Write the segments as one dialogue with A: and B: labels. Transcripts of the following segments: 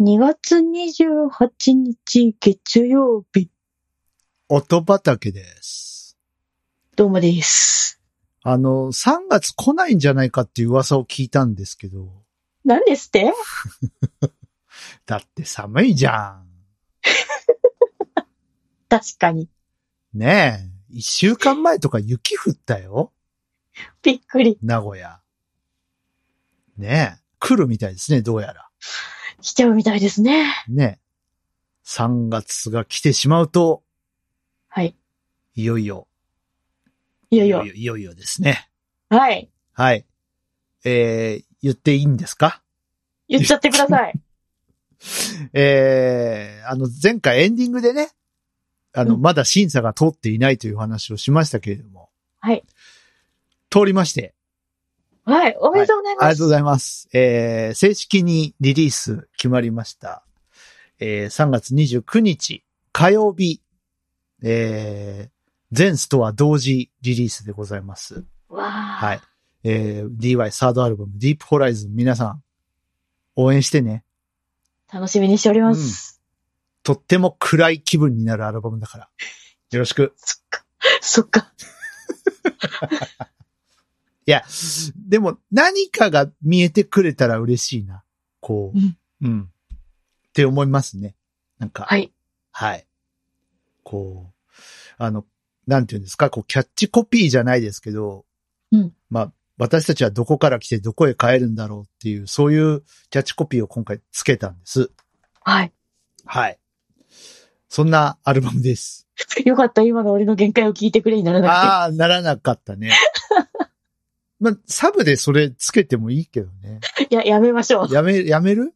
A: 2月28日月曜日、
B: 音畑です。
A: どうもです。
B: あの、3月来ないんじゃないかっていう噂を聞いたんですけど、
A: 何ですって
B: だって寒いじゃ
A: 確かに。
B: ん。ねえ、一週間前とか雪降ったよ
A: びっくり。
B: 名古屋。ねえ、来るみたいですね、どうやら。
A: 来ちゃうみたいですね。
B: ねえ、3月が来てしまうと、
A: はい。
B: いよいよ。
A: いよいよ。
B: いよいよですね。
A: はい。
B: はい。えー、言っていいんですか
A: 言っちゃってくださ い。
B: えー、あの、前回エンディングでね、あの、
A: うん
B: まだ審査が通っていないという話をしましたけれども。
A: はい。
B: 通りまして、
A: はい。おめでとうござい
B: あり
A: ま
B: がと
A: す。
B: うございます。えー、正式にリリース決まりました。えー、3月29日火曜日、えー、全ストア同時リリースでございます。
A: わあ、
B: はい。えー、DY サードアルバム、ディープホライズン皆さん、応援してね。
A: 楽しみにしております。
B: とっても暗い気分になるアルバムだから。よろしく。
A: そっか。そっか。
B: いや、でも何かが見えてくれたら嬉しいな。こう。
A: うん
B: うん。って思いますね。なんか。。
A: はいい。
B: はい。こう、あの、なんていうんですか、こう、キャッチコピーじゃないですけど、
A: うん。
B: まあ、私たちはどこから来てどこへ帰るんだろうっていう、そういうキャッチコピーを今回つけたんです。
A: はい。
B: はい。そんなアルバムです。
A: よかった。今の俺の限界を聞いてくれにならな
B: ああ、ならなかっ たね。まあ、サブでそれつけてもいいけどね。
A: くて。いや、やめましょう。
B: やめ、やめる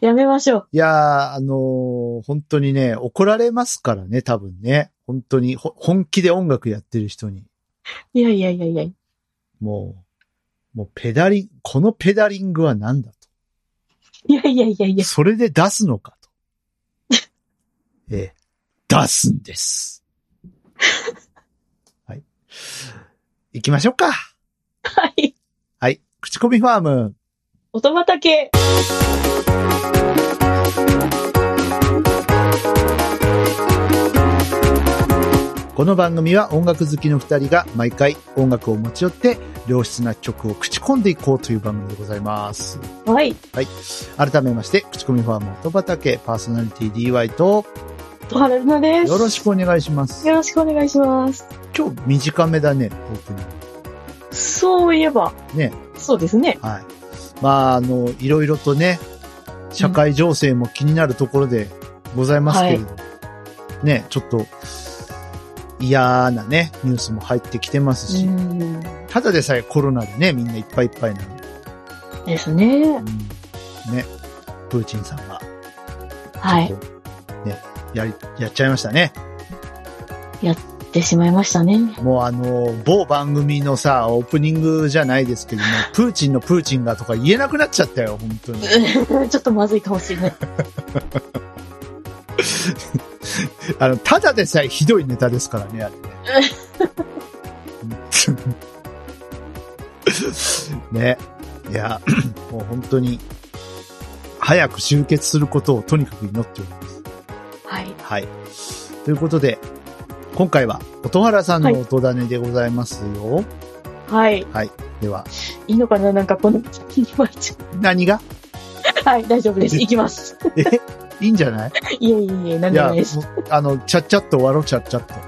A: やめましょう。
B: いやー、あのー本当にね、怒られますからね、多分ね。本当に、ほ本気で音楽やってる人に。
A: いやいやいやいや。
B: もう、もうペダリング、このペダリングは何だ
A: いやいやいやい
B: と。
A: や。
B: それで出すのかと。 ええ、出すんです。 はい。行きましょうか。
A: はい。
B: はい。口コミファーム。
A: 音畑。
B: この番組は音楽好きの二人が毎回音楽を持ち寄って良質な曲を口コんでいこうという番組でございます。
A: はい。
B: 改めまして、口コミファーム音畑パーソナリティ DY と
A: 戸原ルナです。
B: よろしくお願いします
A: よ。ろしくお願いします。
B: 今日短めだね、オープニン
A: そういえば。
B: ね。
A: そうですね。
B: グ。はい。まあ、あの、いろいろとね、社会情勢も気になるところでございますけれども、ね、ちょっと嫌なね、ニュースも入ってきてますし、
A: うん。
B: ただでさえコロナでね、みんないっぱいいっぱいなのに
A: ですね。
B: うんね、プーチンさんが、
A: は
B: ち
A: い
B: ょ。っとね、やり、やっちゃいましたね。
A: ってしまいましたね。
B: もうあの、某番組のさ、オープニングじゃないですけ ども、プーチンのプーチンがとか言えなくなっちゃったよ、本当 に。
A: ちょっとまずいかもしれない。
B: あの、ただでさえひどいネタですからね、あれね。 ね。いや、 もう本当に、早く終結することをとにかく祈っております。
A: はい。
B: はい。ということで、今回は音原さんの音種でございますよ。
A: はい。
B: では、
A: いいのかななんかこの、は
B: 何が
A: い、大丈夫です。いきます。
B: えいいんじゃない
A: いえいえいえ、なん
B: い
A: で
B: や、
A: もな
B: も
A: いうです。
B: あの、ちゃっちゃっと終わろう、ちゃっちゃっと。
A: は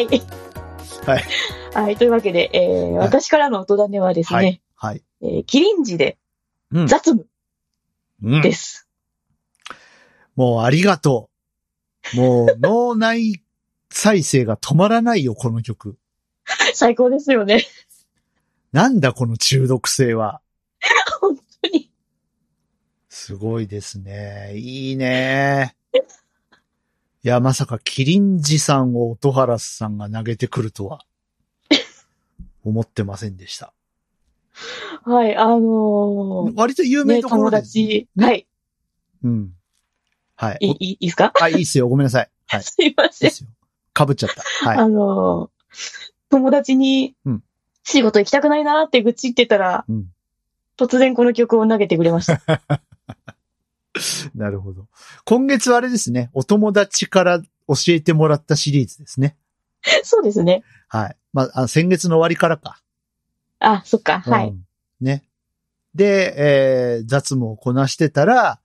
A: い。
B: はい。
A: はい。というわけで、えー、
B: はい
A: 私からの音種はですね、
B: はい。はい。
A: えー、キリンジで
B: うん。
A: 雑務
B: うん
A: です。
B: もうありがとう。もう脳内再生が止まらないよ、この曲。
A: 最高ですよね。
B: なんだ、この中毒性は。
A: 本当に。
B: すごいですね。いいね。いや、まさか、キリンジさんを音原さんが投げてくるとは、思ってませんで した。
A: はい、あの
B: 割と有
A: ー、
B: 名
A: ね、
B: どころ
A: 友
B: です、
A: 達、はい、
B: うん。はい。
A: いい、いいですか
B: おあ、いいっすよ。ごめんなさい。は い。
A: すいませ
B: で
A: ん。
B: すよ。かぶっちゃった。はい。
A: あのー、友達に
B: うん、
A: 仕事行きたくないなーって愚痴ってたら、
B: うん
A: 突然この曲を投げてくれました。
B: なるほど。今月はあれですね、お友達から教えてもらったシリーズですね。
A: そうですね。
B: はい。まあ、あ先月の終わりからか。
A: あ、そっか、は
B: う
A: い。
B: んね。で、えー雑務をこなしてたら、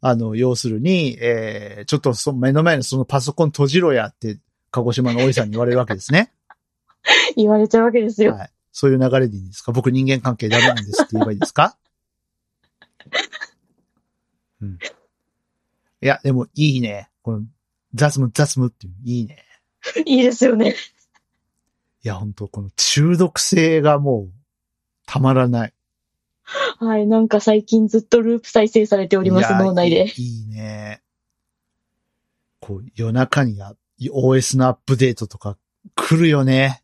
B: あの、要するに、えーちょっとそ目の前のそのパソコン閉じろやって、鹿児島のおいさんに言われるわけですね。
A: 言われちゃうわけですよ。
B: はい。そういう流れでいいんですか僕人間関係ダメなんですって言えばいいです かうん。いや、でもいいね。この、雑務雑務っていう、いいね。
A: いいですよね。
B: いや、本当この中毒性がもう、たまらない。
A: はい、なんか最近ずっとループ再生されております、
B: いや
A: 脳内で。
B: いいいいね。こう、夜中にや OS のアップデートとか来るよね。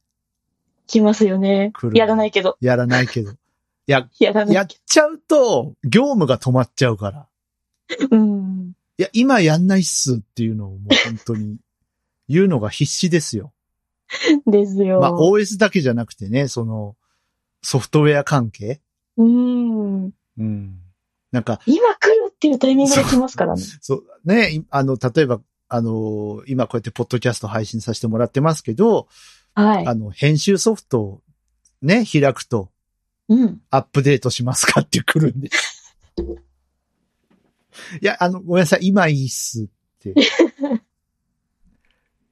A: 来ますよね
B: 来。る
A: やらないけど。
B: やらないけど。
A: やらな
B: や
A: い
B: っ。ちゃうと、業務が止まっちゃうから。
A: うん。
B: いや、今やんないっすっていうのをもう本当に言うのが必死ですよ。
A: ですよ。
B: まあ OS だけじゃなくてね、そのソフトウェア関係
A: うん。
B: うん。なんか、
A: 今来るっていうタイミングで来ますからね。
B: そう、ね、いあの、例えば、あの、今こうやってポッドキャスト配信させてもらってますけど、
A: はい
B: あ。の、編集ソフトをね、開くと
A: うん。
B: アップデートしますかって来るんです。いや、あの、ごめんなさい、今いいっすって。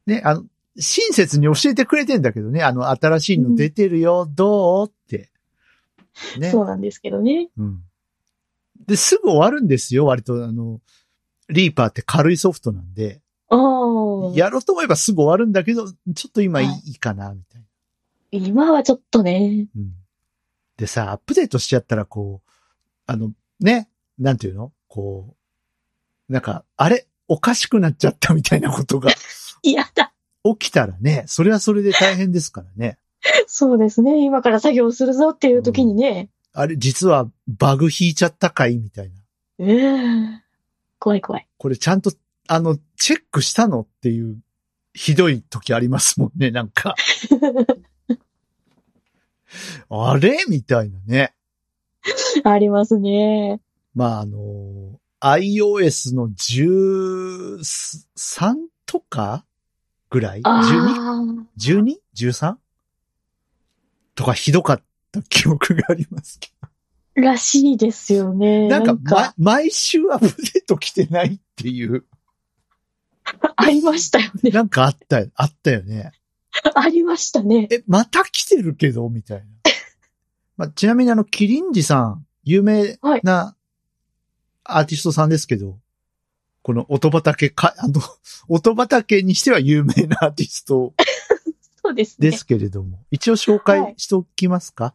B: ね、あの、親切に教えてくれてんだけどね、あの、新しいの出てるよ、どうって。ね。
A: そうなんですけどね。
B: うん。で、すぐ終わるんですよ、割と、あの、リーパーって軽いソフトなんで、
A: おー。
B: やろうと思えばすぐ終わるんだけど、ちょっと今いい,、
A: はい
B: い、かな、みたいな。
A: 今はちょっとね。
B: うん。でさ、アップデートしちゃったら、こう、あの、ね、なんていうのこう、なんか、あれおかしくなっちゃったみたいなこと が
A: 嫌だ。
B: 起きたらね、それはそれで大変ですからね。
A: そうですね。今から作業するぞっていう時にね。
B: あれ、実はバグ引いちゃったかいみたいな。
A: うー怖い怖い。
B: これちゃんと、あの、チェックしたのっていう、ひどい時ありますもんね、なんか。あれみたいなね。
A: ありますね。
B: まあ、あの、iOS の13とかぐらい
A: あー。
B: ?12?12?13? とかひどかった記憶がありますけ
A: らしいですよね。
B: ど。
A: な
B: なんん
A: か、
B: か、ま、毎週アップデート来てないっていう、
A: ありましたよね。
B: なんかあったよ、あったよね。
A: ありましたね。
B: え、また来てるけどみ たいな。まあ、ちなみにあの、キリンジさん、有名なアーティストさんですけど、この音畑か、あの、 音畑にしては有名なアーティスト
A: そうですね。
B: ですけれども、一応紹介しておきますか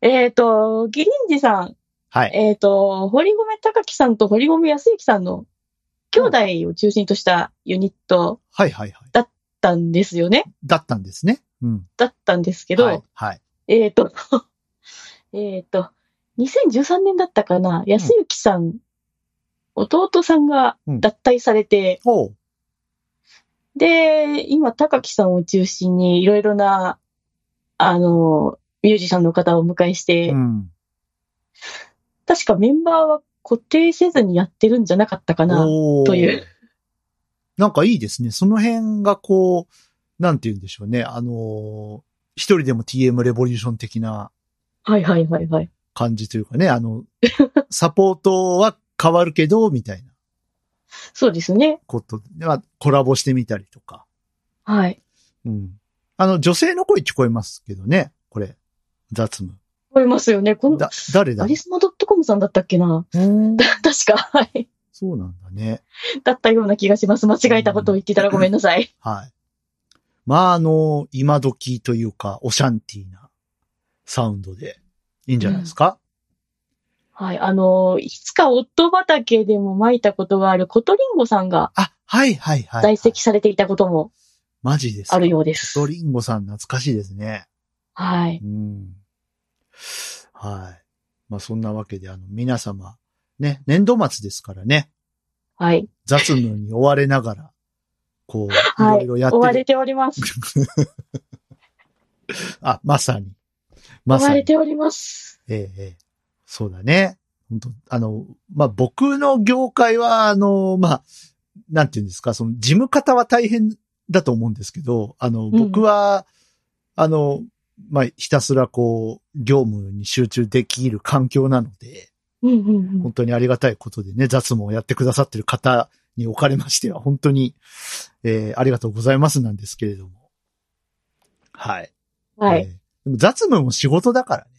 A: えっ、と、ギリンジさん、
B: はい。
A: えっ、と、堀米隆樹さんと堀米康之さんの兄弟を中心としたユニット
B: はいはいはい。
A: だったんですよね。
B: だったんですね。うん。
A: だったんですけど、
B: はい。はい。
A: えっ、と、 えっと、2013年だったかな、康之さん、弟さんが
B: うん
A: 脱退されて、
B: おう。
A: で、今、高木さんを中心にいろいろな、あの、ミュージシャンの方をお迎えして、
B: うん。
A: 確かメンバーは固定せずにやってるんじゃなかったかな。
B: おー
A: という。
B: なんかいいですね。その辺がこう、なんて言うんでしょうね。あのー一人でも TM レボリューション的な
A: はいはいはいはい。
B: 感じというかね、あの、サポートは変わるけど、みたいな
A: そうですね。
B: ことで、まあ、コラボしてみたりとか。
A: はい。
B: うん。あの、女性の声聞こえますけどね、これ。雑務。
A: 思いますよね。この
B: だ、、誰だ
A: アリスマドットコムさんだったっけな
B: うーん
A: 確か、はい。
B: そうなんだね。
A: だったような気がします。間違えたことを言ってたらごめんなさい。
B: はい。まあ、あの、今時というか、オシャンティーなサウンドでいいんじゃないですか、
A: はい。あの、いつか夫畑でも巻いたことがあるコトリンゴさんが
B: あ、はいはいはい。
A: 在籍されていたことも
B: マジですか。
A: あるようです。
B: ドリンゴさん懐かしいですね。
A: はい。
B: うん。はい。まあそんなわけで、あの、皆様、ね、年度末ですからね、
A: はい。
B: 雑務に追われながら、こう、い
A: は
B: ろ
A: い
B: いろやって
A: 追
B: る、
A: われております。
B: あ、まさに。ま
A: 追わ
B: さ
A: れ
B: に。
A: ております。
B: ええええそうだね。本当あの、まあ、僕の業界は、あの、まあ、なんていうんですか、その、事務方は大変だと思うんですけど、あの、
A: ん
B: 僕は、あの、まあ、ひたすらこう、業務に集中できる環境なので、
A: うんうん
B: 本当にありがたいことでね、雑務をやってくださってる方におかれましては、本当に、えーありがとうございますなんですけれども。はい。
A: うん。は
B: えー
A: い。
B: でも雑務も仕事だからね。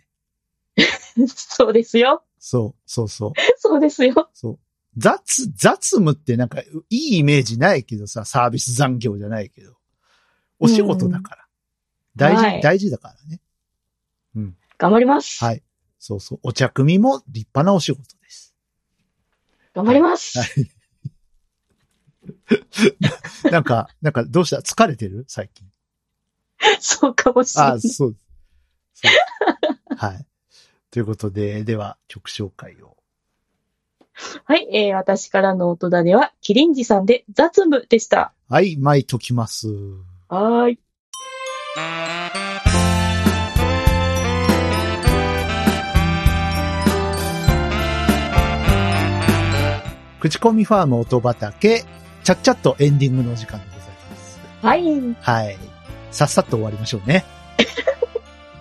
A: そうですよ。
B: そう、そうそう。
A: そうですよ。
B: そう。雑、雑務ってなんか、いいイメージないけどさ、サービス残業じゃないけど。お仕事だから。大事、
A: はい
B: 大事だからね。
A: 頑張ります。
B: はいそうそう。お茶組も立派なお仕事 です。
A: 頑張ります。
B: はなんか、なんか、どうした疲れてる最 近。
A: そうかもしれな
B: あ、
A: い。
B: そう。そうはい。ということで、では、曲紹介を。
A: はい、えー、私からの音種は、キリンジさんで雑務でした。
B: はい、舞ときます。
A: はーい。
B: 口コミファーム音畑、ちゃっちゃっとエンディングのお時間でございます。
A: はい。
B: はい。さっさと終わりましょ うね。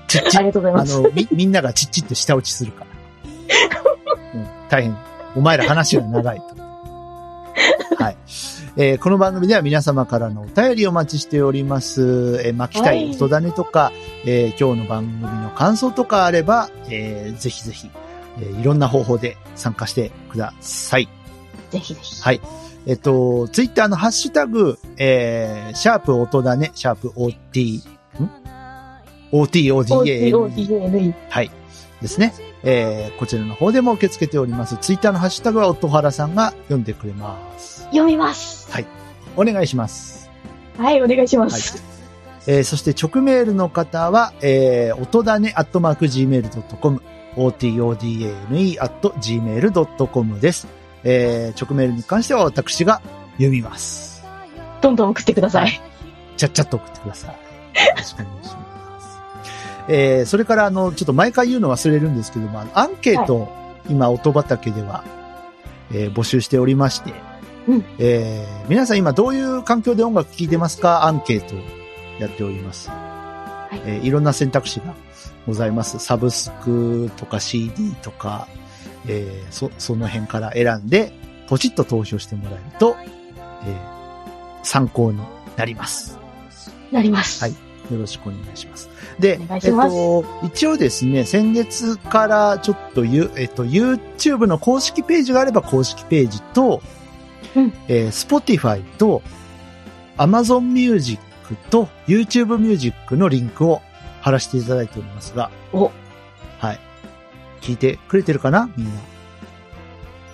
B: ちっち
A: ありがとうござい
B: あ
A: ます。
B: の、み、みんながちっちって下落ちするから。うん、大変。お前ら話が長い と。はい。えーこの番組では皆様からのお便りをお待ちしております。えー巻きたい
A: はい
B: 音種とか、えー今日の番組の感想とかあれば、えーぜひぜひ、えーいろんな方法で参加してください。
A: ぜひぜひ。
B: はい。えっと、ツイッターのハッシュタグ、えー、シャープ音だね、シャープ OT、ん ?OT、ODA、
A: OTOTANE。
B: はい。ですね。えー、こちらの方でも受け付けております。ツイッターのハッシュタグは音原さんが読んでくれます。
A: 読みます。
B: お願いします。
A: はい、お願いしま
B: はい
A: す。。
B: えー、そして直メールの方は、えー、音だね、アットマーク gmail.com、otodane、アット gmail.com です。えー、直メールに関しては私が読みます。
A: どんどん送ってください。
B: ちゃっちゃっと送ってください。よろしくお願いします。えー、それから、あの、ちょっと毎回言うの忘れるんですけども、あのアンケートを、今、音畑では、えー募集しておりまして、
A: うん
B: えー皆さん今どういう環境で音楽聴いてますかアンケートをやっております。
A: い
B: いえーいろんな選択肢がございます。サブスクとか CD とか、えーそ、その辺から選んで、ポチッと投票してもらえると、えー参考になります。
A: なります。
B: はいよろしくお願いします。で、
A: お願いします
B: えっと、一応ですね、先月からちょっとゆ、えっと、YouTube の公式ページがあれば公式ページと、
A: うん
B: えー Spotify と Amazon Music と YouTube Music のリンクを貼らせていただいておりますが、
A: お
B: はい。聞いてくれてるかなみんな。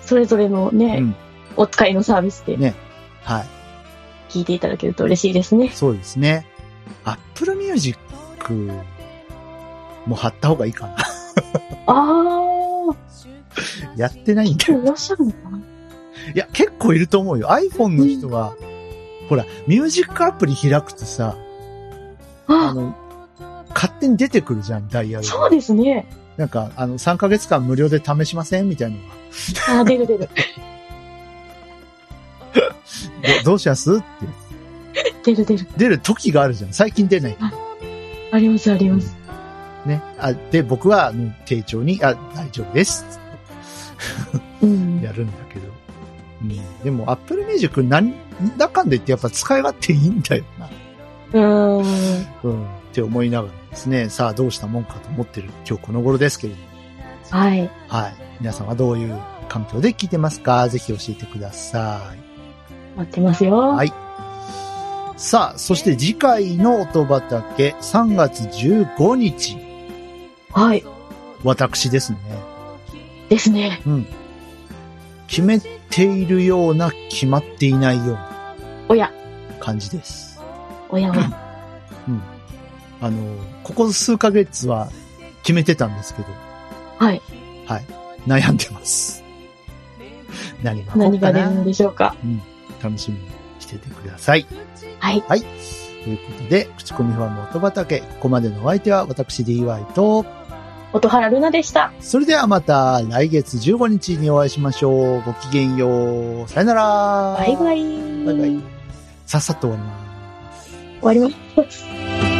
A: それぞれのね、
B: うん
A: お使いのサービスで
B: ねはい。
A: 聞いていただけると嬉しいですね。
B: そうですね。Apple Music も貼った方がいいかな。
A: あ
B: やってないんだ
A: ー、今日いらっしゃるのかない
B: や、結構いると思うよ。iPhone の人は、ほら、ミュージックアプリ開くとさ、あ
A: あ
B: の、勝手に出てくるじゃん、ダイヤルが。
A: そうですね。
B: なんか、あの、3ヶ月間無料で試しませんみたいなのが。
A: あー、出る出 る。
B: どどうしますって。
A: 出る出る。
B: 出る時があるじゃん。最近出ない。
A: ありますあります。
B: ね。あ、で、僕は、あの、丁重に、あ、大丈夫です。
A: うん。
B: やるんだけど。うん。でも、Apple Music 何、なんだかんだ言ってやっぱ使い勝手いいんだよな。
A: うーん。
B: うん。って思いながらですね、さあどうしたもんかと思ってる今日この頃ですけれども
A: はい。
B: はい。皆さんはどういう環境で聞いてますかぜひ教えてください。
A: 待ってますよ。
B: はいさあ、そして次回の音畑、3月15日、
A: はい。
B: 私ですね。
A: ですね。
B: うん。決めているような、決まっていないような
A: おや、
B: 感じです。
A: おやおや。
B: うん。あの、ここ数ヶ月は決めてたんですけど、
A: はい。
B: はい。悩んでます。何が起こ
A: 何
B: るか
A: が出る
B: な
A: のでしょうか。
B: 楽しみにしててください。
A: はい。
B: はい。ということで、口コミファーム音畑、ここまでのお相手は私 DY と、
A: 音原ルナでした。
B: それではまた来月15日にお会いしましょう。ごきげんよう。さよなら。
A: バイバイ。
B: バイバイ。さっさと終わります。
A: 終わります。